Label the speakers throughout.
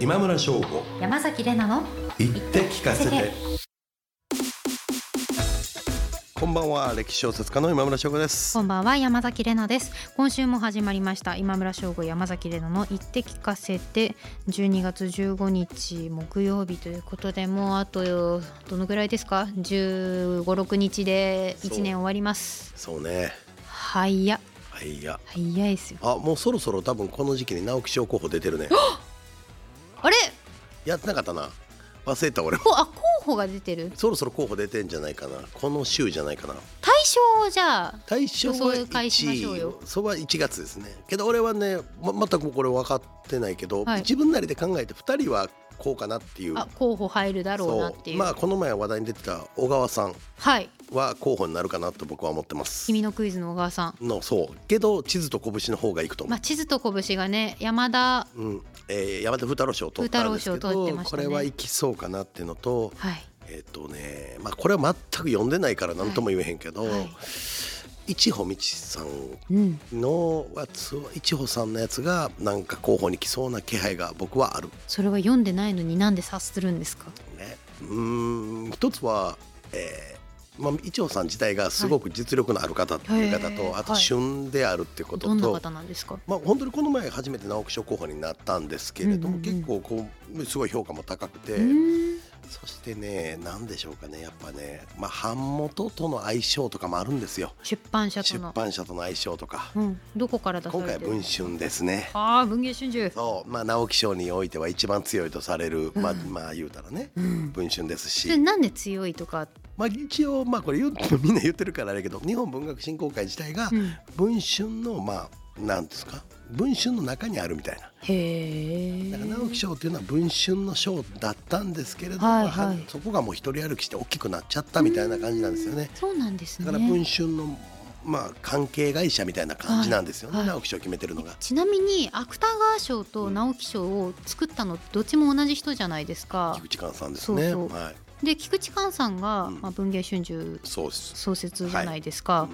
Speaker 1: 今村翔吾
Speaker 2: 山崎れなの
Speaker 1: 言って聞かせ
Speaker 2: 言って
Speaker 1: て こんばんは歴史小説家の今村翔吾です
Speaker 2: こんばんは山崎れなです今週も始まりました今村翔吾山崎れなの言って聞かせて12月15日木曜日ということでもうあとどのぐらいですか15、6日で1年終わります
Speaker 1: そうね
Speaker 2: はいや
Speaker 1: はいや
Speaker 2: 早いですよ
Speaker 1: あもうそろそろ多分この時期に直木賞候補出て るね
Speaker 2: あれ
Speaker 1: やってなかったな忘れた俺も
Speaker 2: こあ候補が出てる
Speaker 1: そろそろ候補出てんじゃないかなこの週じゃないかな
Speaker 2: 対象をじゃあ
Speaker 1: 大賞は
Speaker 2: 予想会しましょうよ
Speaker 1: 1それは1月ですねけど俺はね、ま、全くこれ分かってないけど、
Speaker 2: はい
Speaker 1: 自分なりで考えて2人はこうかなっていう
Speaker 2: あ候補入るだろうなっていう
Speaker 1: まあこの前話題に出てた小川さん
Speaker 2: はい
Speaker 1: は候補になるかなと僕は思ってます
Speaker 2: 君のクイズの小川さん
Speaker 1: のそうけど地図と拳の方がいくと思う、
Speaker 2: まあ地図と拳がね山田
Speaker 1: うんえー、山田風太郎賞を取ったんですけ
Speaker 2: 風太郎賞を取っ
Speaker 1: ど、
Speaker 2: てま
Speaker 1: こ
Speaker 2: したね
Speaker 1: れはいきそうかなっていうのと
Speaker 2: はい
Speaker 1: えっ、とねまあこれは全く読んでないから何とも言えへんけど、
Speaker 2: はい
Speaker 1: 一歩道さん
Speaker 2: うん
Speaker 1: のやつ一歩さんのやつがなんか候補に来そうな気配が僕はある
Speaker 2: それは読んでないのになんで察するんですか
Speaker 1: ねうーん一つは、えーまあ、一歩さん自体がすごく実力のある方っていう方と、
Speaker 2: はいへー
Speaker 1: あと
Speaker 2: はい
Speaker 1: 旬であるっていうこと
Speaker 2: どんな
Speaker 1: と、
Speaker 2: 方なんですか
Speaker 1: まあ、本当にこの前初めて直木賞候補になったんですけれども、
Speaker 2: うんうんうん
Speaker 1: 結構こうすごい評価も高くて、
Speaker 2: うーん
Speaker 1: そしてね何でしょうかねやっぱね、まあ、版元との相性とかもあるんですよ
Speaker 2: 出版社と
Speaker 1: 出
Speaker 2: の
Speaker 1: 版社との相性とか、
Speaker 2: うん、どこから出さ
Speaker 1: 今回
Speaker 2: れ
Speaker 1: は
Speaker 2: てる
Speaker 1: 文春ですね。
Speaker 2: ああ文藝春秋
Speaker 1: そうまあ、直木賞においては一番強いとされる、まあ、
Speaker 2: うん
Speaker 1: まあ言うたらね
Speaker 2: うん
Speaker 1: 文春ですし
Speaker 2: でなんで強いとか、
Speaker 1: まあ、一応まあこれ言う みんな言ってるからあれやけど日本文学振興会自体が
Speaker 2: うん、へ
Speaker 1: 文春のまあなんですか文春の中にあるみたいな。
Speaker 2: え
Speaker 1: だから直木賞っていうのは文春の賞だったんですけれども、
Speaker 2: はいはい
Speaker 1: そこがもう一人歩きして大きくなっちゃったみたいな感じなんですよね。
Speaker 2: そうなんです
Speaker 1: だ
Speaker 2: ね
Speaker 1: から文春のまあ関係会社みたいな感じなんですよね、
Speaker 2: はいはい
Speaker 1: 直木賞決めてるのが。
Speaker 2: ちなみに芥川賞と直木賞を作ったのどっちも同じ人じゃないですか
Speaker 1: 菊池寛さんですね。
Speaker 2: そうそう
Speaker 1: はい、
Speaker 2: で菊池寛さんが、
Speaker 1: うん
Speaker 2: まあ、文藝春秋
Speaker 1: そうです。
Speaker 2: 創設じゃないですか、
Speaker 1: は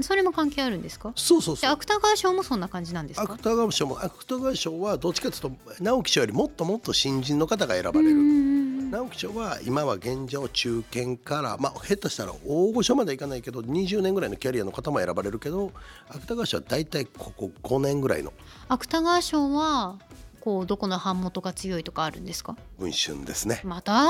Speaker 2: それも関係あるんですか
Speaker 1: そうそう
Speaker 2: で
Speaker 1: そう。
Speaker 2: 芥川賞もそんな感じなんですか
Speaker 1: 芥川賞も芥川賞はどっちかというと直木賞よりもっともっと新人の方が選ば
Speaker 2: う
Speaker 1: れ
Speaker 2: んう
Speaker 1: る。
Speaker 2: んうん
Speaker 1: 直木賞は今は現状中堅からまあ下手したら大御所まではいかないけど20年ぐらいのキャリアの方も選ばれるけど芥川賞は大体ここ5年ぐらいの
Speaker 2: 芥川賞はこうどこの版元が強いとかあるんですか
Speaker 1: 文春ですね。
Speaker 2: また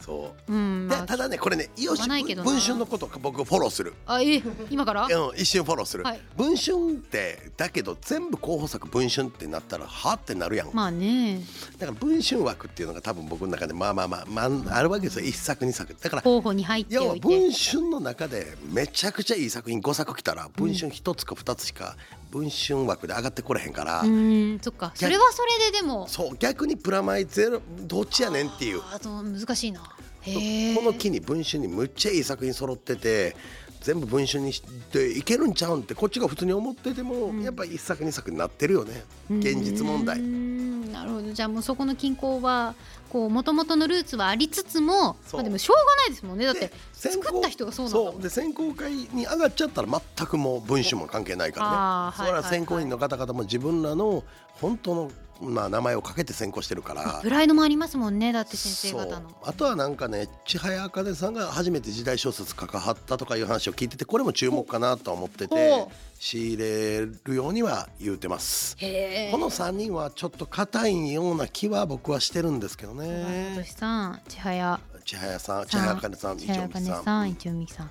Speaker 1: そう
Speaker 2: うん
Speaker 1: で
Speaker 2: ま
Speaker 1: ただねこれねイオ
Speaker 2: しょう
Speaker 1: シ
Speaker 2: がないけどな
Speaker 1: 文春のこと僕フォローする、
Speaker 2: ああえ今か
Speaker 1: う
Speaker 2: ら
Speaker 1: ん、一瞬フォローする、
Speaker 2: はい
Speaker 1: 文春ってだけど全部候補作文春ってなったらはってなるやん、
Speaker 2: まあね
Speaker 1: だから文春枠っていうのが多分僕の中でまあまあまあ、まあ、あるわけですよ一作二作だから
Speaker 2: 候補に入って
Speaker 1: 要
Speaker 2: お
Speaker 1: はい
Speaker 2: て
Speaker 1: 文春の中でめちゃくちゃいい作品5作来たら文春1つか2つしか文春枠で上がってこれへんから、
Speaker 2: うんそっかそれはそれででも
Speaker 1: そう逆にプラマイゼロどっちやねんっていうこ
Speaker 2: あと難しいなへえ
Speaker 1: の機に文春にむっちゃいい作品揃ってて全部文春にしていけるんちゃうんってこっちが普通に思ってても、
Speaker 2: うん
Speaker 1: やっぱ1作2作になってるよね現実問題
Speaker 2: うんなるほどじゃあもうそこの均衡はこう元々のルーツはありつつも
Speaker 1: そう
Speaker 2: まあでもしょうがないですもんねだって
Speaker 1: で選考
Speaker 2: 作った人がそうなんだも
Speaker 1: そ
Speaker 2: ん
Speaker 1: うで選考会に上がっちゃったら全くもう文春も関係ないからね
Speaker 2: あー
Speaker 1: それ
Speaker 2: はい
Speaker 1: は
Speaker 2: はい
Speaker 1: 選考員の方々も自分らの本当の、まあ、名前をかけて選考してるから
Speaker 2: プライドもありますもんねだって先生方の
Speaker 1: そうあとはなんかね千早茜さんが初めて時代小説書かはったとかいう話を聞いててこれも注目かなとは思ってて
Speaker 2: ほう
Speaker 1: 仕入れるようには言うてます。
Speaker 2: へえ
Speaker 1: この3人はちょっと硬いような気は僕はしてるんですけど
Speaker 2: 今
Speaker 1: ね
Speaker 2: 年さん千早
Speaker 1: 千早さん千早茜さん一
Speaker 2: 千早
Speaker 1: 応
Speaker 2: 茜
Speaker 1: さん
Speaker 2: さん一応みさん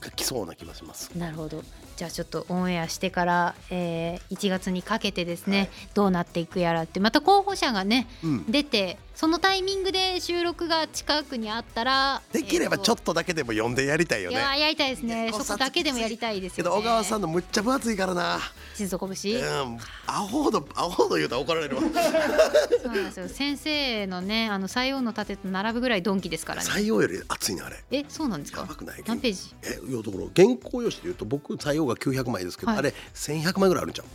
Speaker 1: が来そうな気がします。
Speaker 2: なるほどじゃあちょっとオンエアしてから、えー1月にかけてですね、どうなっていくやらってまた候補者がね
Speaker 1: うん、
Speaker 2: 出てそのタイミングで収録が近くにあったら
Speaker 1: できればちょっ
Speaker 2: と、
Speaker 1: とだけでも読んでやりたいよ
Speaker 2: い
Speaker 1: ね。
Speaker 2: やーやりたいですね
Speaker 1: ね
Speaker 2: そこだけでもやりたいです
Speaker 1: け
Speaker 2: よ、ね、
Speaker 1: ど小川さんのむっちゃ分厚いからな。
Speaker 2: 静岡節、
Speaker 1: うん、アホほどアホほど言うと怒られるわ。
Speaker 2: そうなんですよ先生のねあの西王の盾と並ぶぐらいドンキですからね
Speaker 1: 採用より熱いねあれ。
Speaker 2: えそうなんです
Speaker 1: や
Speaker 2: か
Speaker 1: ばくない。
Speaker 2: 何ページ
Speaker 1: えいやだから原稿用紙で言うと僕採用が900枚ですけど、
Speaker 2: はい
Speaker 1: あれ1100枚ぐらいあるんじゃん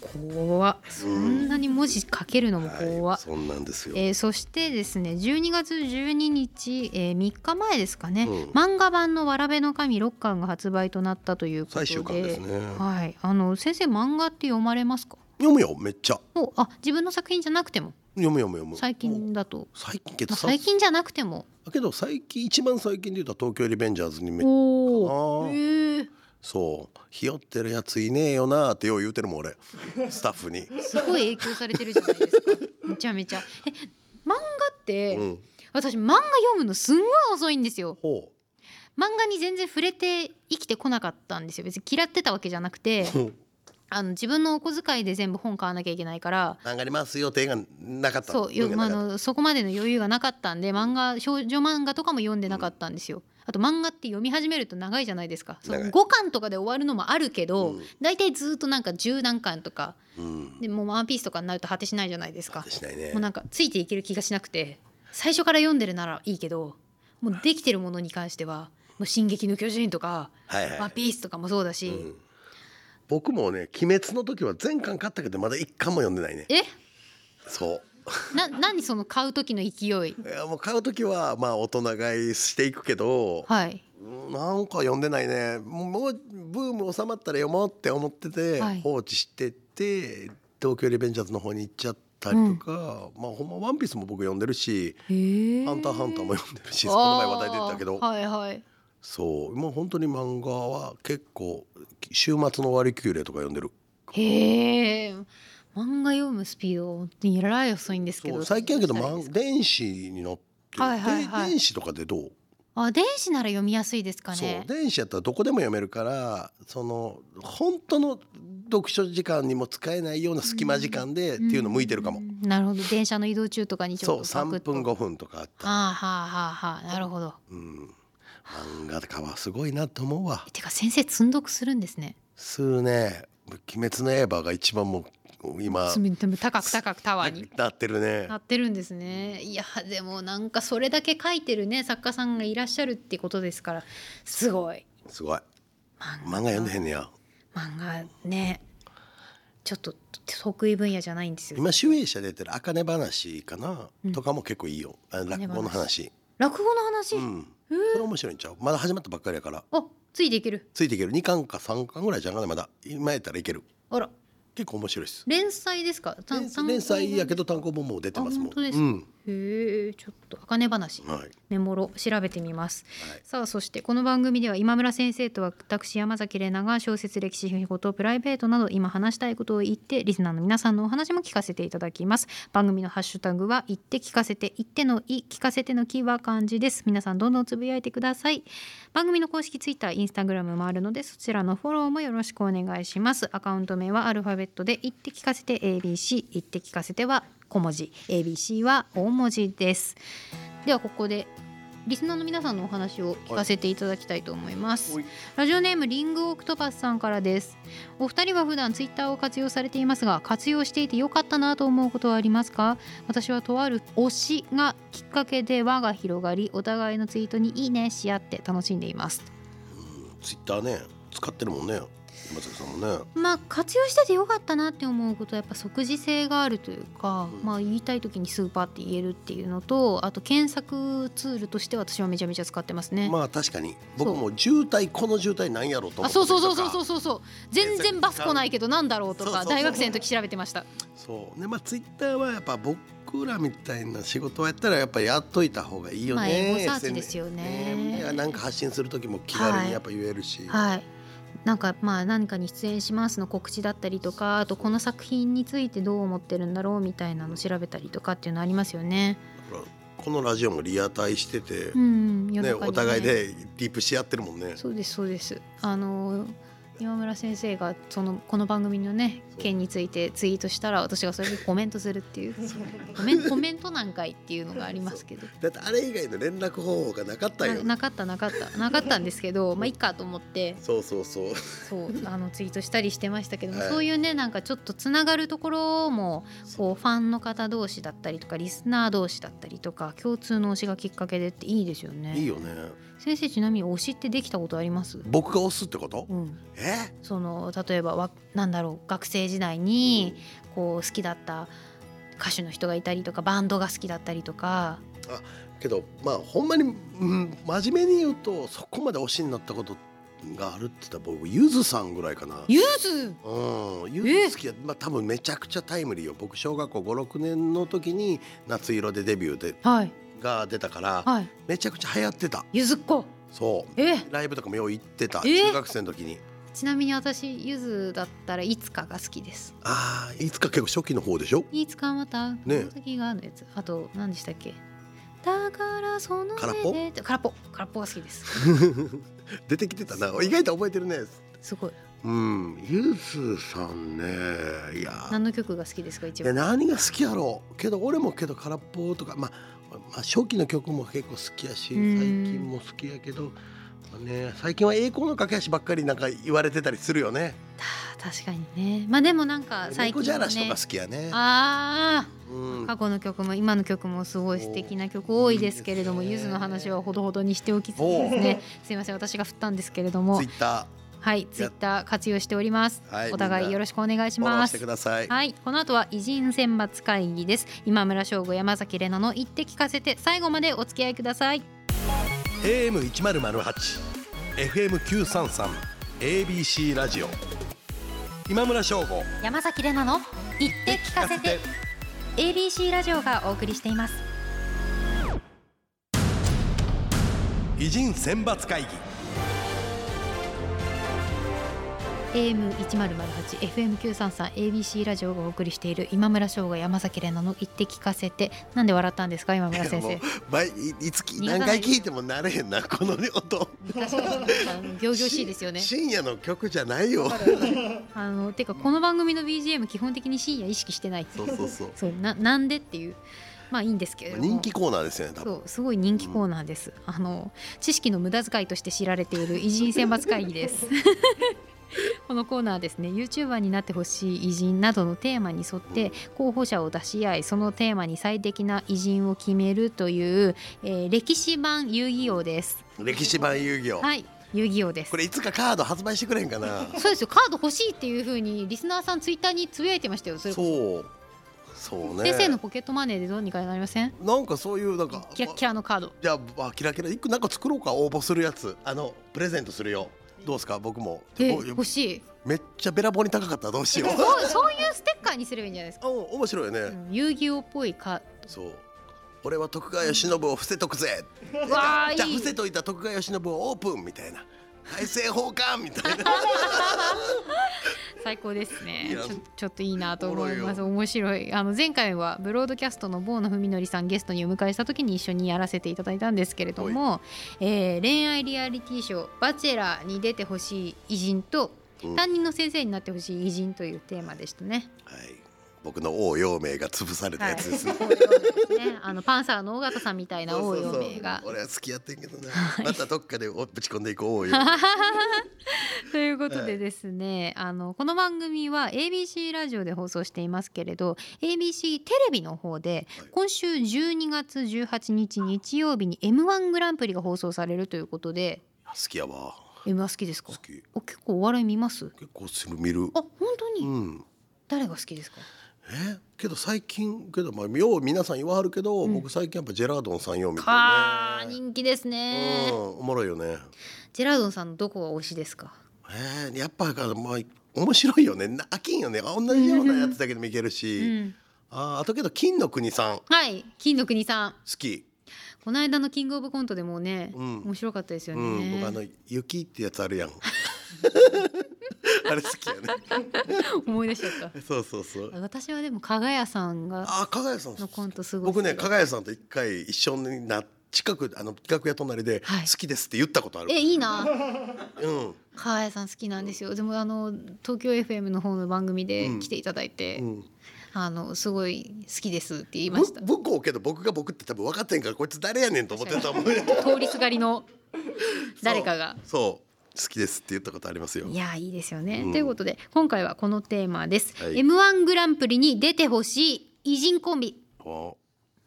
Speaker 2: 怖っそんなに文字書けるのも怖
Speaker 1: は
Speaker 2: っ
Speaker 1: い、そんなんですよ、
Speaker 2: えーそしてですね12月12日、えー3日前ですかね、
Speaker 1: うん
Speaker 2: 漫画版の「わらべの神」6巻が発売となったということで
Speaker 1: 最終巻ですね
Speaker 2: はい、あの先生漫画って読まれますか
Speaker 1: 読むよめっちゃ
Speaker 2: おあ自分の作品じゃなくても
Speaker 1: 読む読む読む
Speaker 2: 最近だと、
Speaker 1: 最近け
Speaker 2: ま
Speaker 1: ど
Speaker 2: あ、
Speaker 1: さ
Speaker 2: 最近じゃなくても
Speaker 1: けど最近一番最近で言うと東京リベンジャーズにめ
Speaker 2: おお
Speaker 1: あ
Speaker 2: へえ
Speaker 1: そうひよってるやついねえよなってよう言うてるも ん俺スタッフに、
Speaker 2: すごい影響されてるじゃないですか めちゃめちゃえ漫画って、
Speaker 1: うん、
Speaker 2: 私漫画読むのすんごい遅いんですよ
Speaker 1: ほ
Speaker 2: 漫画に全然触れて生きてこなかったんですよ別に嫌ってたわけじゃなくて
Speaker 1: う うん
Speaker 2: あの自分のお小遣いで全部本買わなきゃいけないから
Speaker 1: 「上がりますよ」手がなかった
Speaker 2: そうよ
Speaker 1: 手
Speaker 2: まあ
Speaker 1: が
Speaker 2: あ
Speaker 1: なかっ
Speaker 2: のそこまでの余裕がなかったんで漫画少女漫画とかも読んでなかったんですよ。あと漫画って読み始めると長いじゃないですかその
Speaker 1: 長い
Speaker 2: 5巻とかで終わるのもあるけど、
Speaker 1: うん
Speaker 2: 大体ずっとなんか10何巻とか
Speaker 1: たうん
Speaker 2: でもうワンピースとかになると果てしないじゃないですか
Speaker 1: しないね
Speaker 2: もうなんかついていける気がしなくて最初から読んでるならいいけどもうできてるものに関しては「もう進撃の巨人」とか
Speaker 1: はい
Speaker 2: 「
Speaker 1: はい
Speaker 2: ワンピース」とかもそうだし、
Speaker 1: うん僕もね「鬼滅」の時は全巻買ったけどまだ一巻も読んでないね
Speaker 2: え
Speaker 1: そう
Speaker 2: な何その買う時の勢い
Speaker 1: いやもう買う時はまあ大人買いしていくけど、
Speaker 2: はい
Speaker 1: うんなんか読んでないねもうブーム収まったら読もうって思ってて、
Speaker 2: はい
Speaker 1: 放置してて東京リベンジャーズの方に行っちゃったりとか、まあほんま「ワンピースも僕読んでるし「
Speaker 2: へー
Speaker 1: ハンターハンター」も読んでるしこの前話題出てたけど、
Speaker 2: あーはいはい
Speaker 1: そうもう本当に漫画は結構週末の終わり休令とか読んでる
Speaker 2: へえ漫画読むスピード本当にえらい遅いんですけ
Speaker 1: そ
Speaker 2: ど
Speaker 1: う最近やけど、
Speaker 2: ど
Speaker 1: ま
Speaker 2: うし
Speaker 1: ん
Speaker 2: たらいいです
Speaker 1: 電子になって、
Speaker 2: はいはいはい
Speaker 1: で電子とかでどう
Speaker 2: かあ電子なら読みやすいですか
Speaker 1: そう
Speaker 2: ね
Speaker 1: 電子やったらどこでも読めるからその本当の読書時間にも使えないような隙間時間でっていうの向いてるかも、
Speaker 2: うんなるほど電車の移動中とかにち
Speaker 1: そ
Speaker 2: ょ
Speaker 1: う
Speaker 2: っとサク
Speaker 1: 3
Speaker 2: ッと
Speaker 1: 分5分とかあった、
Speaker 2: あーはあはあはあなるほど
Speaker 1: うん、漫画とかはすごいなと思うわ
Speaker 2: てか先生積んどくするんですね
Speaker 1: 数ね「鬼滅の刃」が一番もう今
Speaker 2: 積みでも高く高くタワーに
Speaker 1: なってるね
Speaker 2: なってるんですねいやでもなんかそれだけ書いてるね作家さんがいらっしゃるってことですからすごい
Speaker 1: すごい
Speaker 2: 漫
Speaker 1: 漫画読んでへんねや
Speaker 2: 漫画ねちょっと得意分野じゃないんですよ
Speaker 1: 今集英社出てる「あかね話」かな、
Speaker 2: うん
Speaker 1: とかも結構いいよあ
Speaker 2: 茜
Speaker 1: 落語の話
Speaker 2: 落語の話、
Speaker 1: うんそれ面白いんちゃうまだ始まったばっかりやから
Speaker 2: あついていける
Speaker 1: ついていける2巻か3巻ぐらいじゃんかなまだ今やったらいける
Speaker 2: あら
Speaker 1: 結構面白いです
Speaker 2: 連載ですか単単行本
Speaker 1: 連載やけど単行本もう出てますもん
Speaker 2: あ本当ですか
Speaker 1: うん
Speaker 2: へえちょっと茜話
Speaker 1: はいはい
Speaker 2: メモロ調べてみますさあそしてこの番組では今村先生と私山崎怜奈が小説歴史ことプライベートなど今話したいことを言ってリスナーの皆さんのお話も聞かせていただきます番組のハッシュタグは言って聞かせて言ってのい聞かせてのきは漢字です皆さんどんどんつぶやいてください番組の公式ツイッターインスタグラムもあるのでそちらのフォローもよろしくお願いしますアカウント名はアルファベットで言って聞かせて ABC 言って聞かせては小文字 ABC は大文字ですではここでリスナーの皆さんのお話を聞かせていただきたいと思います、
Speaker 1: はい
Speaker 2: ラジオネームリングオクトパスさんからですお二人は普段ツイッターを活用されていますが活用していて良かったなと思うことはありますか私はとある推しがきっかけで輪が広がりお互いのツイートにいいねし合って楽しんでいます
Speaker 1: ツイッターね使ってるもんね山崎さんもね
Speaker 2: まあ活用してて良かったなって思うことはやっぱ即時性があるというか、
Speaker 1: うん
Speaker 2: まあ言いたい時にスーパーって言えるっていうのとあと検索ツールとして私はめちゃめちゃ使ってますね、
Speaker 1: まあ確かに僕も渋滞この渋滞なんやろうと思
Speaker 2: あ
Speaker 1: って
Speaker 2: そうそうそう
Speaker 1: た
Speaker 2: そ
Speaker 1: り
Speaker 2: う
Speaker 1: と
Speaker 2: そう
Speaker 1: か
Speaker 2: そうそう全然バス来ないけどなんだろうと
Speaker 1: そうそ
Speaker 2: か
Speaker 1: うそう
Speaker 2: 大学生の時調べてました
Speaker 1: そうねまあツイッターはやっぱ僕らみたいな仕事をやったらやっぱやっといた方がいいよね、
Speaker 2: まあエゴサーチ
Speaker 1: SNS
Speaker 2: ですよね
Speaker 1: ねいやなんか発信する時も気軽にやっぱ言えるし、
Speaker 2: はいなんかまあ何かに出演しますの告知だったりとかあとこの作品についてどう思ってるんだろうみたいなの調べたりとかっていうのありますよね
Speaker 1: だからこのラジオもリアタイしてて、
Speaker 2: うん、夜
Speaker 1: ね、
Speaker 2: 中に
Speaker 1: お互いでディープし合ってるもんね。
Speaker 2: そうですそうです。あの今村先生がそのこの番組のね件についてツイートしたら私がそれにコメントするっていうコメンコメントなんかいっていうのがありますけど
Speaker 1: だってあれ以外の連絡方法がなかったん
Speaker 2: な
Speaker 1: よ。
Speaker 2: なかったなかったなかったんですけどまあいいかと思って
Speaker 1: そうそうそう。
Speaker 2: そうあのツイートしたりしてましたけども、
Speaker 1: はい
Speaker 2: そういうねなんかちょっとつながるところもこうファンの方同士だったりとかリスナー同士だったりとか共通の推しがきっかけでっていいですよね。
Speaker 1: いいよね。
Speaker 2: 先生ちなみに推しってできたことあります
Speaker 1: 僕が押すってこと？
Speaker 2: うん、
Speaker 1: え？
Speaker 2: その例えばわなんだろう学生時代にこう好きだった歌手の人がいたりとかバンドが好きだったりとか
Speaker 1: けどまあほんまに、うん、真面目に言うとそこまで推しになったことがあるって言ったら僕ゆずさんぐらいかな。
Speaker 2: ゆず
Speaker 1: うん、ゆ
Speaker 2: え
Speaker 1: ず好きや、まあ、多分めちゃくちゃタイムリーよ僕小学校56年の時に「夏色」でデビューで
Speaker 2: はい
Speaker 1: が出たから
Speaker 2: はい
Speaker 1: めちゃくちゃ流行ってた
Speaker 2: ゆずっ子
Speaker 1: そう
Speaker 2: え
Speaker 1: ライブとかもよう行ってた
Speaker 2: え
Speaker 1: 中学生の時に
Speaker 2: ちなみに私ゆずだったらいつかが好きです
Speaker 1: ああいつか結構初期の方でしょ
Speaker 2: いつかまたこ
Speaker 1: え
Speaker 2: の時があるやつ、あと何でしたっけだからその
Speaker 1: 空っぽ
Speaker 2: 目で空っぽ空っぽが好きです
Speaker 1: 出てきてたな意外と覚えてるね
Speaker 2: すごい
Speaker 1: うんゆずさんねいやー
Speaker 2: 何の曲が好きですか一
Speaker 1: いや
Speaker 2: 番
Speaker 1: 何が好きやろうけど俺もけど空っぽとか、まあ、まあ初期の曲も結構好きやし最
Speaker 2: うん
Speaker 1: 近も好きやけど、まあね、最近は栄光の架け橋ばっかりなんか言われてたりするよね
Speaker 2: た確かにねまあでもなんか最
Speaker 1: 猫
Speaker 2: 近
Speaker 1: じゃ
Speaker 2: は
Speaker 1: らしと
Speaker 2: ね
Speaker 1: か好きやね
Speaker 2: ああ
Speaker 1: うん、
Speaker 2: 過去の曲も今の曲もすごい素敵な曲多いですけれども
Speaker 1: おーいい
Speaker 2: ゆ
Speaker 1: です
Speaker 2: ず
Speaker 1: ね
Speaker 2: の話はほどほどにしておきつつですねすいません私が振ったんですけれども
Speaker 1: ツイッタ
Speaker 2: はいツイッター活用しております
Speaker 1: ー、はい、
Speaker 2: お互いよろ
Speaker 1: しく
Speaker 2: しくお願いし
Speaker 1: フォロー
Speaker 2: ま
Speaker 1: して
Speaker 2: す
Speaker 1: ください、
Speaker 2: はいこの後は偉人選抜会議です今村翔吾山崎怜奈の言って聞かせて最後までお付き合いください
Speaker 1: AM1008 FM933 ABC ラジオ今村翔吾
Speaker 2: 山崎怜奈の言って聞かせて ABC ラジオがお送りしています
Speaker 1: 偉人選抜会議
Speaker 2: AM 一0 0 8 FM 九三三 ABC ラジオがお送りしている今村翔吾山崎怜奈の言って聞かせてなんで笑ったんですか今村先
Speaker 1: も
Speaker 2: 生
Speaker 1: う。毎いいつき
Speaker 2: 逃がさ
Speaker 1: 何
Speaker 2: ない
Speaker 1: 回聞いてもなれへんなこの音
Speaker 2: 行々しいですよね。
Speaker 1: 深夜の曲じゃないよ。
Speaker 2: あのてかこの番組の BGM 基本的に深夜意識してない。
Speaker 1: そうそうそう。
Speaker 2: そうななんでっていうまあいいんですけれども。
Speaker 1: 人気コーナーですよね。多分。
Speaker 2: そうすごい人気コーナーです、あの知識の無駄遣いとして知られている偉人選抜会議です このコーナーですね YouTuber になってほしい偉人などのテーマに沿って候補者を出し合いそのテーマに最適な偉人を決めるという、えー歴史版遊戯王です
Speaker 1: 歴史版遊戯王。
Speaker 2: はい遊戯王です
Speaker 1: これいつかカード発売してくれへんかな。
Speaker 2: そうですよカード欲しいっていうふうにリスナーさんツイッターにつぶやいてましたよそれこ
Speaker 1: そう。そう
Speaker 2: そ
Speaker 1: ね。
Speaker 2: 先生のポケットマネーでどうにかなりません
Speaker 1: なんかそういうなんか。
Speaker 2: キラッキラのカード
Speaker 1: じゃああキラキラ一個なんか作ろうか応募するやつあのプレゼントするよ。どうですか僕も。
Speaker 2: え
Speaker 1: お
Speaker 2: 欲しい
Speaker 1: めっちゃべらぼうに高かったらどうしよう。
Speaker 2: そうそういうステッカーにすればいいんじゃないですか
Speaker 1: あ面白いよね。
Speaker 2: うん遊戯王っぽいか。
Speaker 1: そう。俺は徳川慶喜を伏せとくぜ。
Speaker 2: わあい
Speaker 1: じゃあ
Speaker 2: い
Speaker 1: 伏。せといた徳川慶喜をオープンみたい な。大政奉還みたいな。
Speaker 2: 最高ですね
Speaker 1: いや
Speaker 2: ちょ。ちょっといいなと
Speaker 1: おも
Speaker 2: 思
Speaker 1: ろ
Speaker 2: い
Speaker 1: いよ
Speaker 2: ます。面白い。あの前回はブロードキャストの坊野文則さんゲストにお迎えした時に一緒にやらせていただいたんですけれども、えー恋愛リアリティショーバチェラーに出てほしい偉人と
Speaker 1: うん
Speaker 2: 担任の先生になってほしい偉人というテーマでした ね。
Speaker 1: はい、僕の王陽明が潰された
Speaker 2: は
Speaker 1: や
Speaker 2: い。
Speaker 1: つです ね。
Speaker 2: ねあのパンサーの尾形さんみたいな
Speaker 1: そ
Speaker 2: 王
Speaker 1: うそう
Speaker 2: 陽
Speaker 1: そう
Speaker 2: 明が。
Speaker 1: 俺は好きやってんけど な、またどっかでおぶち込んでいこう王陽
Speaker 2: ということでですね、あのこの番組は ABC ラジオで放送していますけれど ABC テレビの方で
Speaker 1: はい
Speaker 2: 今週12月18日日曜日に m 1グランプリが放送されるということで
Speaker 1: 好きやわ
Speaker 2: m 1好きですか
Speaker 1: 好き
Speaker 2: お結構お笑い見ます
Speaker 1: 結構する見る
Speaker 2: あ本当
Speaker 1: う
Speaker 2: に
Speaker 1: ん
Speaker 2: 誰が好きですか、
Speaker 1: えけど最近けどまあよう皆さん言わはるけど、
Speaker 2: うん
Speaker 1: 僕最近やっぱジェラードンさんよう見てる
Speaker 2: あー
Speaker 1: ね
Speaker 2: 人気ですね、
Speaker 1: うんおもろいよね
Speaker 2: ジェラードンさんのどこが推しですか
Speaker 1: えー、やっぱからまあ面白いよねな飽きんよね同じようなやつだけでもいける
Speaker 2: う
Speaker 1: し、
Speaker 2: ん
Speaker 1: あーあとけど金の国さん好
Speaker 2: はい金の国さん
Speaker 1: き、
Speaker 2: この間のキングオブコントでもね、
Speaker 1: うん
Speaker 2: 面白かったですよ
Speaker 1: う
Speaker 2: ね、
Speaker 1: ん、僕あの雪ってやつあるやんあれ好きやね
Speaker 2: 思い出しちゃった
Speaker 1: そうそうそう
Speaker 2: 私はでも加賀屋さんが
Speaker 1: あ加賀谷さん
Speaker 2: のコントすごい
Speaker 1: 僕ね加賀谷さんと一回一緒にな近くあの楽屋隣で
Speaker 2: はい
Speaker 1: 好きですって言ったことある、
Speaker 2: えいいな
Speaker 1: うん
Speaker 2: 加賀屋さん好きなんですよでもあの東京 FM の方の番組で
Speaker 1: うん
Speaker 2: 来ていただいて、
Speaker 1: うん
Speaker 2: あのすごい好きですって言いました
Speaker 1: ぶ向こうけど僕が僕って多分分かってんからこいつ誰やねんと思ってたもんね
Speaker 2: 通りすが りの誰かが
Speaker 1: そう好きですって言ったことありますよ
Speaker 2: いやいいですよね、
Speaker 1: うん
Speaker 2: ということで今回はこのテーマです、
Speaker 1: はい
Speaker 2: M1 グランプリに出てほしい偉人コンビ
Speaker 1: は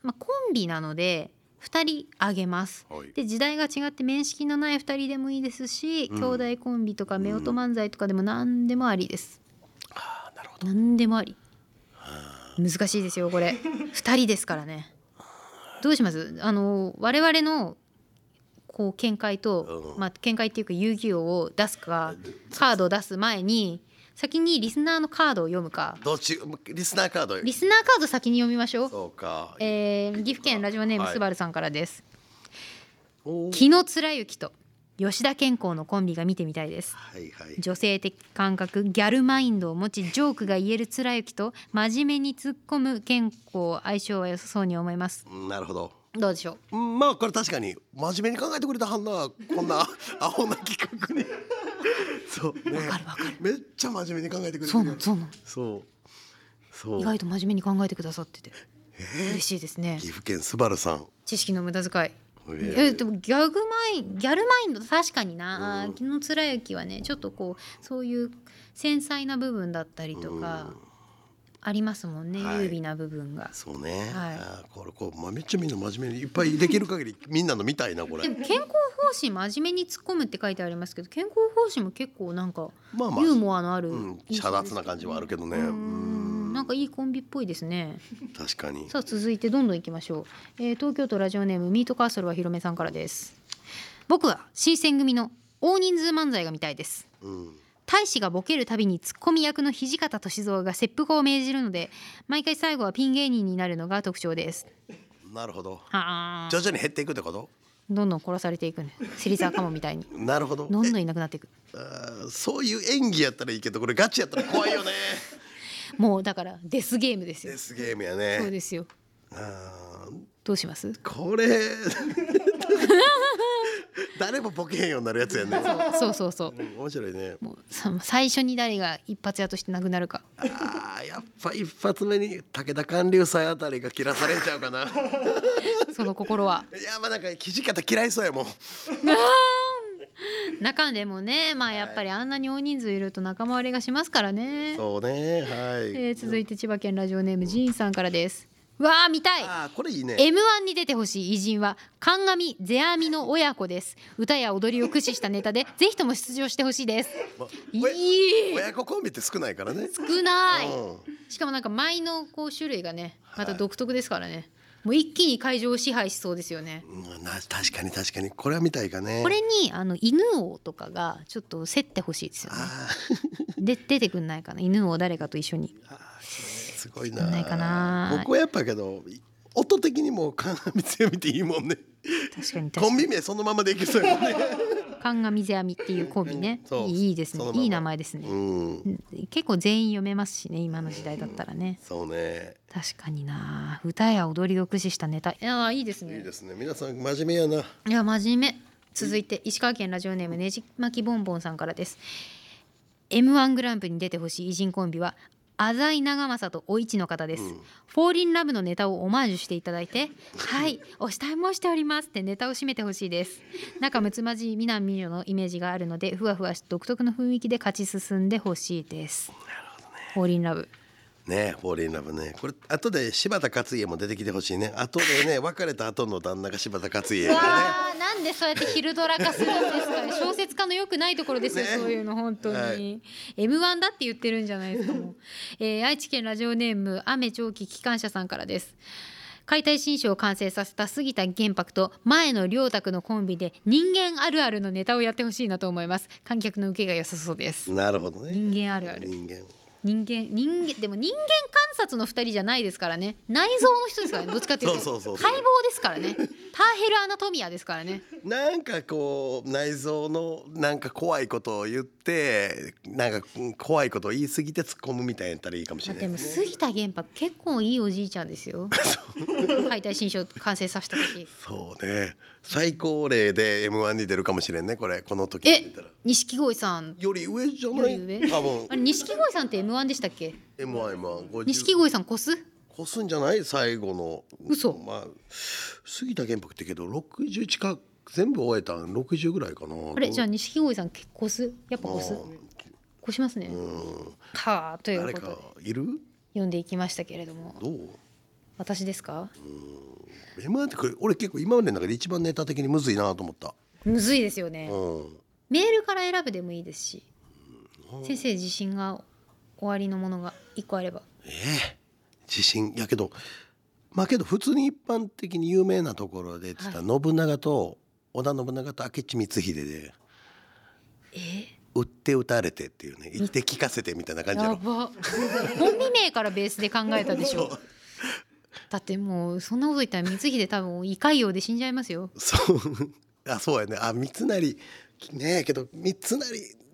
Speaker 2: まあコンビなので2人あげます
Speaker 1: はい
Speaker 2: で時代が違って面識のない2人でもいいですし、
Speaker 1: うん
Speaker 2: 兄弟コンビとか夫婦漫才とかでも何でもありです、
Speaker 1: あーなるほど
Speaker 2: 何でもあり難しいですよこれ2人ですからねどうしますあの我々のこう見解と、
Speaker 1: うん
Speaker 2: まあ、見解っていうか遊戯王を出すかカードを出す前に先にリスナーのカードを読むか
Speaker 1: どっちリスナーカード
Speaker 2: リスナーカード先に読みましょう、
Speaker 1: そうか、
Speaker 2: えー岐阜県ラジオネーム
Speaker 1: はい
Speaker 2: すばるさんからです
Speaker 1: おー
Speaker 2: 木野貫之と吉田健康のコンビが見てみたいです
Speaker 1: はいはい
Speaker 2: 女性的感覚ギャルマインドを持ちジョークが言える貫之と真面目に突っ込む健康相性は良さそうに思います
Speaker 1: うんなるほど
Speaker 2: どうでしょ
Speaker 1: う
Speaker 2: う
Speaker 1: んまあこれ確かに真面目に考えてくれたはんなこんなアホな企画 にそうね
Speaker 2: わかるわかる
Speaker 1: めっちゃ真面目に考えてくれて
Speaker 2: そうな
Speaker 1: る
Speaker 2: のそうなの
Speaker 1: そうそう
Speaker 2: 意外と真面目に考えてくださってて嬉しいですね
Speaker 1: 岐阜県すばるさん
Speaker 2: 知識の無駄遣い
Speaker 1: えー
Speaker 2: えでもギャグマインギャルマインド確かにな、あ
Speaker 1: う
Speaker 2: ー
Speaker 1: ん
Speaker 2: 木野貫之はねちょっとこうそういう繊細な部分だったりとか
Speaker 1: うん
Speaker 2: ありますもんね、
Speaker 1: はい
Speaker 2: 優美な部分が。
Speaker 1: そうね、
Speaker 2: はい
Speaker 1: あーこれこう、まあ、めっちゃみんな真面目にいっぱいできる限りみんなの見たいなこれ
Speaker 2: でも健康方針真面目に突っ込むって書いてありますけど健康方針も結構なんか
Speaker 1: まあまあ
Speaker 2: ユーモアのある
Speaker 1: うん
Speaker 2: 印
Speaker 1: 遮
Speaker 2: 象です
Speaker 1: 奪な感じはあるけどね
Speaker 2: うー
Speaker 1: うん
Speaker 2: んなんかいいコンビっぽいですね
Speaker 1: 確かに
Speaker 2: さあ続いてどんどんいきましょう、えー東京都ラジオネームミートカーソルはひろめさんからです僕は新選組の大人数漫才が見たいです
Speaker 1: うん
Speaker 2: 大使がボケるたびにツッコミ役の土方歳三が切腹を命じるので毎回最後はピン芸人になるのが特徴です
Speaker 1: なるほど
Speaker 2: はあ
Speaker 1: 徐々に減っていくってこと
Speaker 2: どんどん殺されていくね芹沢カモみたいに
Speaker 1: なるほど
Speaker 2: どんど
Speaker 1: え
Speaker 2: んいなくなっていく
Speaker 1: あーそういう演技やったらいいけどこれガチやったら怖い よね
Speaker 2: もうだからデスゲームですよ
Speaker 1: デスゲームや
Speaker 2: そう
Speaker 1: ね
Speaker 2: ですよ
Speaker 1: あー
Speaker 2: どうします
Speaker 1: こ れ誰もボケへんようになるやつやね
Speaker 2: そうそうそう
Speaker 1: うん面白いね
Speaker 2: もうさ最初に誰が一発屋としてなくなるか
Speaker 1: あーやっぱ一発目に武田貫流祭あたりが切らされちゃうかない
Speaker 2: その心は
Speaker 1: やまあなんか土方嫌いそうやもん
Speaker 2: 中でもねまあやっぱりあんなに大人数いると仲間割れがしますからね、
Speaker 1: そうねはい、
Speaker 2: えー続いて千葉県ラジオネームジーンさんからですわあ見たい
Speaker 1: あーこれいいね
Speaker 2: M1 に出てほしい偉人は神上世阿弥の親子です歌や踊りを駆使したネタでぜひとも出場してほしいです
Speaker 1: まあ
Speaker 2: いい
Speaker 1: 親親子コンビって少ないからね
Speaker 2: 少ない
Speaker 1: うん
Speaker 2: しかもなんか舞のこう種類がねまた独特ですからね、もう一気に会場を支配しそうですよね
Speaker 1: うんな確かに確かにこれは見たいかね
Speaker 2: これにあの犬王とかがちょっと競ってほしいですよね
Speaker 1: あ
Speaker 2: で出てくんないかな犬を誰かと一緒に
Speaker 1: ーあーすごい
Speaker 2: 少
Speaker 1: な
Speaker 2: ないかな
Speaker 1: 僕はやっぱけど音的にも鑑別を見ていいもんね
Speaker 2: 確かに確
Speaker 1: コ
Speaker 2: か
Speaker 1: ン
Speaker 2: に
Speaker 1: ビ名そのままでいけそうやもんね
Speaker 2: 神上世阿弥っていうコンビね
Speaker 1: そう
Speaker 2: いいですね
Speaker 1: そのまま
Speaker 2: いい名前です
Speaker 1: う
Speaker 2: ね、
Speaker 1: ん
Speaker 2: 結構全員読めますしね今の時代だったらね
Speaker 1: そうね
Speaker 2: 確かにな歌や踊りを駆使したネタいやーいいですね
Speaker 1: いいですね皆さん真面目やない
Speaker 2: や真面目続いて石川県ラジオネームねじまきぼんぼんさんからです M1 グランプリに出てほしい偉人コンビは浅井長政とお市の方です、フォーリンラブのネタをオマージュしていただいてはいお慕いもしておりますってネタを締めてほしいです仲睦まじい南美女のイメージがあるのでふわふわし独特の雰囲気で勝ち進んでほしいですフォーリンラブ
Speaker 1: ねフォーリンラブねこれ後で柴田勝家も出てきてほしいね後で ね別れた後の旦那が柴田勝家でね
Speaker 2: わあなんでそうやって昼ドラ化するんです かね小説家のよくないところですよ、
Speaker 1: ね
Speaker 2: そういうの本当に、
Speaker 1: はい
Speaker 2: M1 だって言ってるんじゃないですかもう、えー愛知県ラジオネーム雨長期機関車さんからです解体新書を完成させた杉田玄白と前の良太のコンビで人間あるあるのネタをやってほしいなと思います観客の受けが良さそうです
Speaker 1: なるほどね
Speaker 2: 人間あるある
Speaker 1: 人間
Speaker 2: 人間人間でも人間観察の二人じゃないですからね内臓の人ですからねどっちかっていうと
Speaker 1: そうそうそうそう
Speaker 2: 解剖ですからねターヘルアナトミアですからね
Speaker 1: なんかこう内臓のなんか怖いことを言ってなんかうん怖いことを言い過ぎて突っ込むみたいやったらいいかもしれない
Speaker 2: でも杉田玄白結構いいおじいちゃんです よ解体新書完成させた時
Speaker 1: そうね最高齢で m 1に出るかもしれんねこれこの時って
Speaker 2: え
Speaker 1: 言ったら
Speaker 2: 錦鯉さん
Speaker 1: より上じゃない
Speaker 2: より上
Speaker 1: 多分
Speaker 2: あれ錦鯉さんって m 1でしたっけ
Speaker 1: m 1 m 1 5
Speaker 2: 錦鯉さん越す
Speaker 1: 越すんじゃない最後の
Speaker 2: 嘘
Speaker 1: まあ杉田玄白ってけど60近く全部終えたん60ぐらいかな
Speaker 2: あれじゃあ
Speaker 1: あ
Speaker 2: 錦鯉さん結越すやっぱ越す越しますね
Speaker 1: うん
Speaker 2: はあという
Speaker 1: 誰
Speaker 2: ことで
Speaker 1: かいる
Speaker 2: 読んでいきましたけれども
Speaker 1: どう
Speaker 2: 私ですか
Speaker 1: M1 ってこれ俺結構今までの中で一番ネタ的にむずいなと思った。
Speaker 2: むずいですよね
Speaker 1: うん。
Speaker 2: メールから選ぶでもいいですし先生自信が終わりのものが一個あれば
Speaker 1: ええ自信やけど、まあけど普通に一般的に有名なところでって言ったら、信長と織田信長と明智光秀で
Speaker 2: えー
Speaker 1: 売って打たれてっていうね、言って聞かせてみたいな感じや
Speaker 2: や
Speaker 1: ろ。
Speaker 2: ばコンビ名からベースで考えたでしょだってもうそんなこと言ったら光秀多分胃潰瘍で死んじゃ いますよ
Speaker 1: そう。あ、そうやね。あ、三成ねえけど三成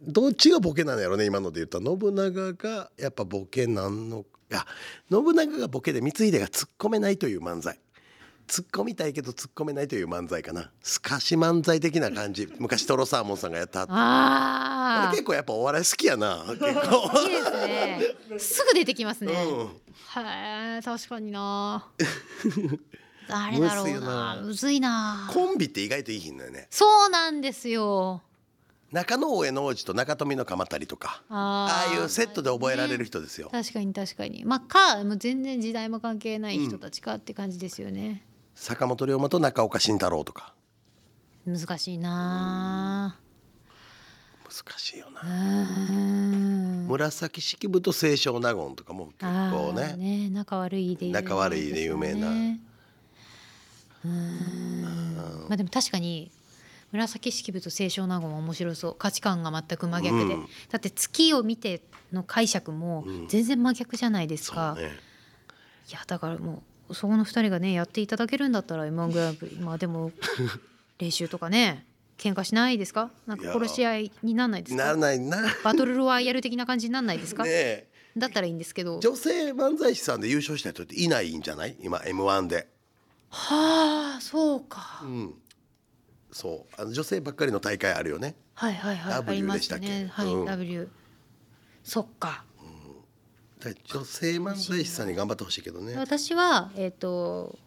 Speaker 1: どっちがボケなんやろね今ので言ったら信長がやっぱボケなんのか信長がボケで光秀が突っ込めないという漫才突っ込みたいけど突っ込めないという漫才かなすかし漫才的な感じ 昔トロサーモンさんがやった俺
Speaker 2: ああ
Speaker 1: 結構やっぱお笑い好きやな結構
Speaker 2: いいですねすぐ出てきますね、
Speaker 1: うん
Speaker 2: へえ確かに な誰だろ
Speaker 1: むずいうよ
Speaker 2: な
Speaker 1: な
Speaker 2: むずいな
Speaker 1: コンビって意外といいひんのよね
Speaker 2: そうなんですよ
Speaker 1: 中野大江の王子と中富の鎌足りとか
Speaker 2: あ
Speaker 1: あ
Speaker 2: ー
Speaker 1: あいうセットで覚えられる人ですよ
Speaker 2: 確かに確かにまあかもう全然時代も関係ない人たちかって感じですよね、
Speaker 1: 坂本龍馬と中岡慎太郎とか
Speaker 2: 難しいな
Speaker 1: 難しいよな、
Speaker 2: うーん
Speaker 1: 紫式部と清少納言とかも結
Speaker 2: あ
Speaker 1: 構
Speaker 2: ー
Speaker 1: ね
Speaker 2: ね仲悪いで有名
Speaker 1: 仲悪いで有名な
Speaker 2: ですよねうーんまあでも確かに紫式部と清少納言は面白そう価値観が全く真逆で、
Speaker 1: うん
Speaker 2: だって月を見ての解釈も
Speaker 1: うん
Speaker 2: 全然真逆じゃないです
Speaker 1: そ
Speaker 2: か、
Speaker 1: うね
Speaker 2: いやだからもうそこの二人がねやっていただけるんだったら M1 グランプリまあ でも練習とかね喧嘩しないですかなんか殺し合いにならないです
Speaker 1: なら
Speaker 2: か
Speaker 1: ないなね
Speaker 2: バトルロワイヤル的な感じにならないですか、
Speaker 1: え
Speaker 2: だったらいいんですけど
Speaker 1: 女性漫才師さんで優勝した人っていないんじゃない今 m 1で
Speaker 2: はあそうか、
Speaker 1: うんそうあの女性ばっかりの大会あるよね
Speaker 2: はいはいはい
Speaker 1: W
Speaker 2: ありま
Speaker 1: でし
Speaker 2: す
Speaker 1: たっけ
Speaker 2: ねはい、
Speaker 1: うん
Speaker 2: W そっか
Speaker 1: だから女性漫才師さんに頑張ってほしいけどね
Speaker 2: 私はえっ、と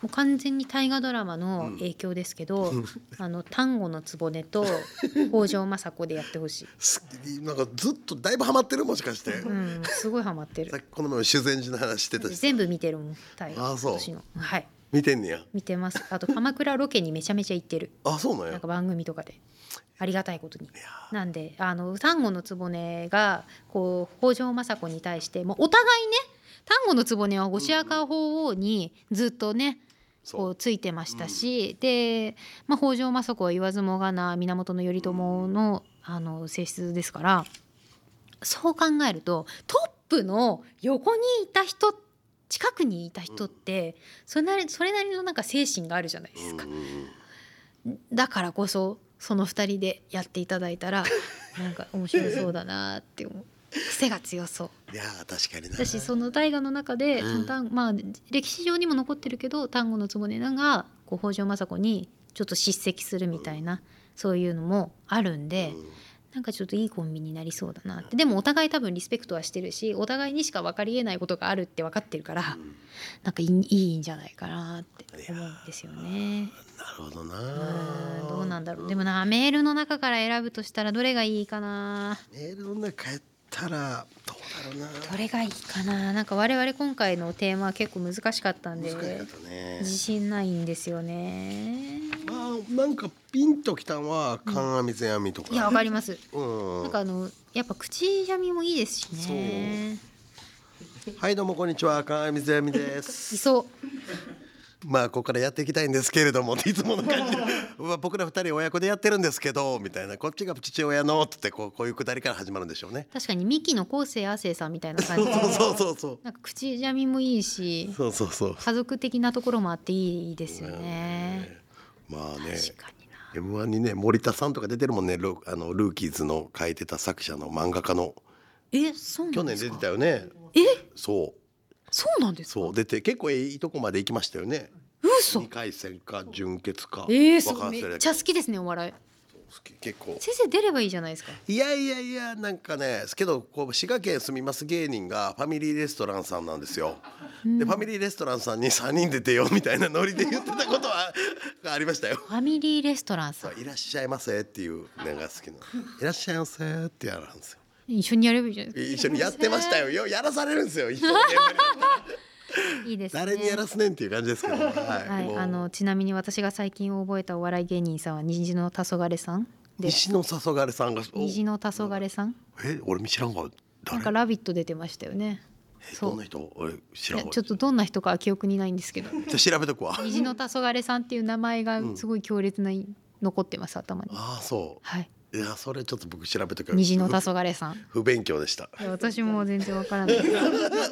Speaker 2: もう完全に大河ドラマの影響ですけど、 あの丹後の 局と北条政子でやってほしい、
Speaker 1: すなんかずっとだいぶハマってるもしかして、
Speaker 2: うん、すごいハマって
Speaker 1: さっ
Speaker 2: る
Speaker 1: きこの前も修善寺の話してたし
Speaker 2: 全部見てるもん大河
Speaker 1: あそう
Speaker 2: 今年のはい
Speaker 1: 見てんねや
Speaker 2: 見てますあと鎌倉ロケにめちゃめちゃ行っ てる
Speaker 1: あそうなん
Speaker 2: な
Speaker 1: や
Speaker 2: んか番組とかでありがたいことに。なんであの丹後の局がこう北条政子に対してもうお互いね丹後の局は後白河法皇にずっとねこ
Speaker 1: そう
Speaker 2: うついてましたし、で、まあ、北条政子は言わずもがな源頼朝の,、あの性質ですからそう考えるとトップの横にいた人近くにいた人って、それなりそれなりのなんか精神があるじゃないですか
Speaker 1: うん。うんうん
Speaker 2: だからこそその2人でやっていただいた らなんか面白そうだなって思う癖が強そう
Speaker 1: いやー確かにな
Speaker 2: だしその大河の中で、
Speaker 1: うん
Speaker 2: 丹まあ、歴史上にも残ってるけど丹後の局がこう北条政子にちょっと叱責するみたいな、そういうのもあるんで、
Speaker 1: うん
Speaker 2: なんかちょっといいコンビになりそうだなってでもお互い多分リスペクトはしてるしお互いにしか分かりえないことがあるって分かってるから、なんかいいいいんじゃないかなって思うんですよね。
Speaker 1: なるほどな
Speaker 2: うんどうなんだろうでもなメールの中から選ぶとしたらどれがいいかな
Speaker 1: メールの中やったらどうだろ
Speaker 2: どれがいいかななんか我々今回のテーマは結構難しかったん
Speaker 1: う
Speaker 2: で
Speaker 1: な難しかったね
Speaker 2: 自信ないんですよね
Speaker 1: まあなんかピンときたんは観阿弥世阿弥とか
Speaker 2: いやわかります
Speaker 1: うん
Speaker 2: なんかあのやっぱ口じゃみもいいですしね
Speaker 1: はいどうもこんにちは観阿弥世阿弥で
Speaker 2: い
Speaker 1: す
Speaker 2: そう
Speaker 1: まあここからやっていきたいんですけれどもっていつもの感じで まあ僕ら二人親子でやってるんですけどみたいなこっちが父親のってこうこういうくだりから始まるんでしょうね。
Speaker 2: 確かにミキの昴生亜生さんみたいな感
Speaker 1: そ
Speaker 2: じ
Speaker 1: う そうそうそう
Speaker 2: なんか口じゃみもいいし
Speaker 1: そうそうそう。
Speaker 2: 家族的なところもあっていいですよね。
Speaker 1: まあね。
Speaker 2: 確かにな
Speaker 1: M1 にね森田さんとか出てるもんねルあのルーキーズの書いてた作者の漫画家の
Speaker 2: えそうな
Speaker 1: 去
Speaker 2: んで
Speaker 1: 年
Speaker 2: す
Speaker 1: 出て
Speaker 2: か
Speaker 1: たよね
Speaker 2: え
Speaker 1: そう
Speaker 2: そうなんですか
Speaker 1: そう出て結構いいとこまで行きましたよね
Speaker 2: 嘘
Speaker 1: 2回戦か準決か
Speaker 2: えー、す
Speaker 1: わか
Speaker 2: ご
Speaker 1: んないい
Speaker 2: めっちゃ好きですねお笑い
Speaker 1: 好き結構
Speaker 2: 先生出ればいいじゃないですか
Speaker 1: いやいやいやなんかねけどこう滋賀県住みます芸人がファミリーレストランさんなんですよ、でファミリーレストランさんに3人で出ようみたいなノリで言ってたことはがありましたよ
Speaker 2: ファミリーレストランさ
Speaker 1: そ
Speaker 2: ん
Speaker 1: ういらっしゃいませっていうのが好きなのいらっしゃいませってやるんですよ
Speaker 2: 一緒にやればいいじゃないです
Speaker 1: 一緒にやってま したよ。よやらされるんですよ。一緒に
Speaker 2: かいいですね
Speaker 1: 誰にやらすねんっていう感じですけど。はい
Speaker 2: はい、
Speaker 1: もう
Speaker 2: あのちなみに私が最近覚えたお笑い芸人さんは虹の黄昏さんで
Speaker 1: 西野さそがれさんが。お
Speaker 2: 虹の黄昏さん
Speaker 1: え、俺見知らんが。
Speaker 2: なん
Speaker 1: 誰
Speaker 2: か「ラビット!」出てましたよね
Speaker 1: え
Speaker 2: そ
Speaker 1: どん
Speaker 2: う
Speaker 1: な人、俺知
Speaker 2: い
Speaker 1: ら
Speaker 2: や
Speaker 1: んわ。
Speaker 2: ちょっとどんな人かは記憶にないんで すけど
Speaker 1: じゃあ調べとくわ。
Speaker 2: 虹の黄昏さんっていう名前がすごい強烈な残ってます頭に
Speaker 1: ああ、そ。
Speaker 2: はいう
Speaker 1: いや、それちょっと僕調べとく。
Speaker 2: 虹の黄
Speaker 1: ふ
Speaker 2: 昏さん
Speaker 1: 不勉強でした。
Speaker 2: いや私も全然わから ない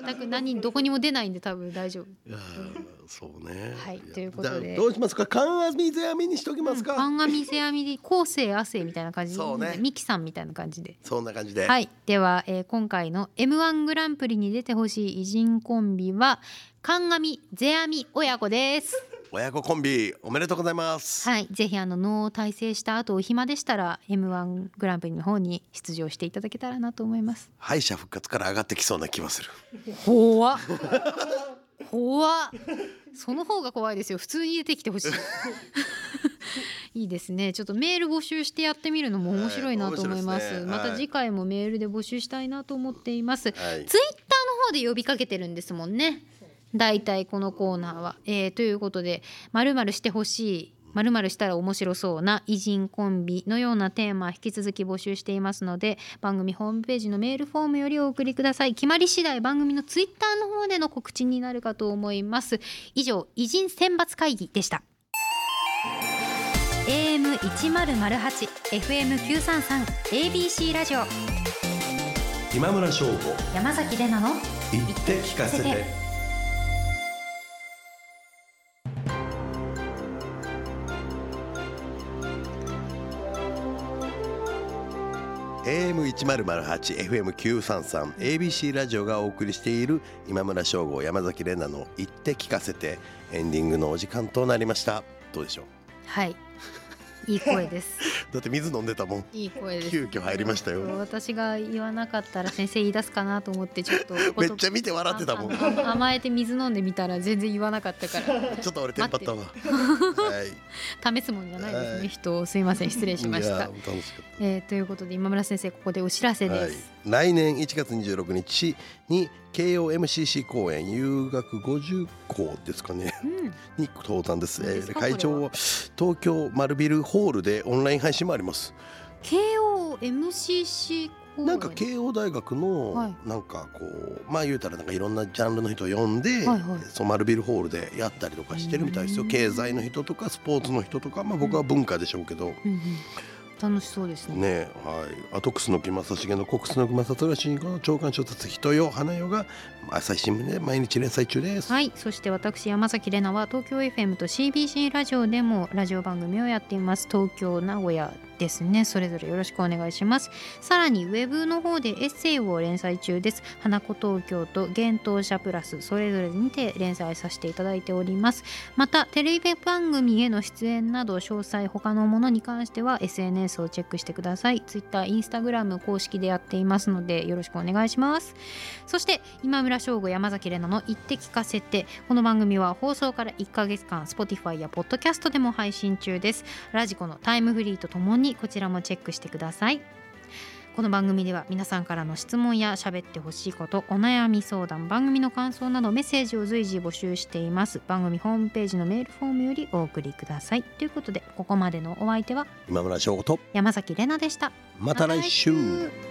Speaker 2: 全く何どこにも出ないんで多分大丈夫
Speaker 1: いやーそうね。
Speaker 2: はい
Speaker 1: や
Speaker 2: ということで
Speaker 1: じゃあどうしますか。鑑み世阿弥にしときますか。
Speaker 2: 漫画見せ網で後世亜生みたいな感じ
Speaker 1: そうね
Speaker 2: ミキさんみたいな感じで
Speaker 1: そんな感じで。
Speaker 2: はい、では、えー今回の M1 グランプリに出てほしい偉人コンビは神上世阿弥親子です。
Speaker 1: 親子コンビおめでとうございます。
Speaker 2: はい、ぜひあの脳を体制した後お暇でしたら M1 グランプリの方に出場していただけたらなと思います。
Speaker 1: 敗者復活から上がってきそうな気はする。
Speaker 2: 怖っ。怖っ。その方が怖いですよ。普通に出てきてほしい。いいですね。ちょっとメール募集してやってみるのも面白いなと思いま
Speaker 1: はい面
Speaker 2: す。
Speaker 1: 白いですね
Speaker 2: ま
Speaker 1: は
Speaker 2: た
Speaker 1: い
Speaker 2: 次回もメールで募集したいなと思っています。
Speaker 1: はい
Speaker 2: ツイッターの方で呼びかけてるんですもんね。だいたいこのコーナーは、えーということで、まるまるしてほしい。まるまるしたら面白そうな偉人コンビのようなテーマ引き続き募集していますので番組ホームページのメールフォームよりお送りください決まり次第番組のツイッターの方での告知になるかと思います以上偉人選抜会議でした AM1008 FM933 ABC ラジオ
Speaker 1: 今村翔吾。
Speaker 2: 山崎れなの
Speaker 1: 言って聞か
Speaker 2: せて。
Speaker 1: AM 一ゼロゼロ八 FM 九三三 ABC ラジオがお送りしている今村翔吾山崎怜奈の言って聞かせてエンディングのお時間となりました。どうでしょう。
Speaker 2: はいいい声です
Speaker 1: だって水飲んでたもん。
Speaker 2: いい声です
Speaker 1: 急遽入りましたよ。
Speaker 2: 私が言わなかったら先生言い出すかなと思ってちょっと
Speaker 1: めっちゃ見て笑ってたもん。
Speaker 2: あああ甘えて水飲んでみたら全然言わなかっ たから
Speaker 1: ちょっと俺テンパったわ。はい。
Speaker 2: 試すもんじゃないです
Speaker 1: は
Speaker 2: ね
Speaker 1: い
Speaker 2: 人をすいません失礼しまし
Speaker 1: いや
Speaker 2: た
Speaker 1: 楽しかった。
Speaker 2: えー、ということで今村先生ここでお知らせです、
Speaker 1: はい、来年1月26日に KOMCC 公演遊学50校ですかね
Speaker 2: うん
Speaker 1: に登壇です
Speaker 2: 何
Speaker 1: え
Speaker 2: で
Speaker 1: ー
Speaker 2: すか
Speaker 1: 会
Speaker 2: こ
Speaker 1: 場
Speaker 2: れ
Speaker 1: は東京丸ビルホールでオンライン配信もあります
Speaker 2: KOMCC 公演
Speaker 1: なんか慶応大学
Speaker 2: は
Speaker 1: の
Speaker 2: い
Speaker 1: なんかこうまあ言うたらなんかいろんなジャンルの人を呼んで、
Speaker 2: はいはい
Speaker 1: その丸ビルホールでやったりとかしてるみたいですよ
Speaker 2: うん
Speaker 1: 経済の人とかスポーツの人とかまあ僕は文化でしょうけど、
Speaker 2: うんうん楽しそうですね
Speaker 1: ねはい、アトクスの木正成の国スの木正寅主人公の長官小説「人よ花よ」が朝日新聞で毎日連載中です。
Speaker 2: はい、そして私山崎れなは東京 FM と CBC ラジオでもラジオ番組をやっています東京名古屋ですねそれぞれよろしくお願いしますさらにウェブの方でエッセイを連載中です花子東京と幻冬舎プラスそれぞれにて連載させていただいておりますまたテレビ番組への出演など詳細他のものに関しては SNS をチェックしてください Twitter、Instagram 公式でやっていますのでよろしくお願いしますそして今村翔吾山崎怜奈の「言って聞かせて」この番組は放送から1ヶ月間 Spotify や Podcast でも配信中ですラジコのタイムフリーとともにこちらもチェックしてくださいこの番組では皆さんからの質問や喋ってほしいことお悩み相談番組の感想などメッセージを随時募集しています番組ホームページのメールフォームよりお送りくださいということでここまでのお相手は
Speaker 1: 今村翔吾と
Speaker 2: 山崎怜奈でした
Speaker 1: また来週
Speaker 2: また来週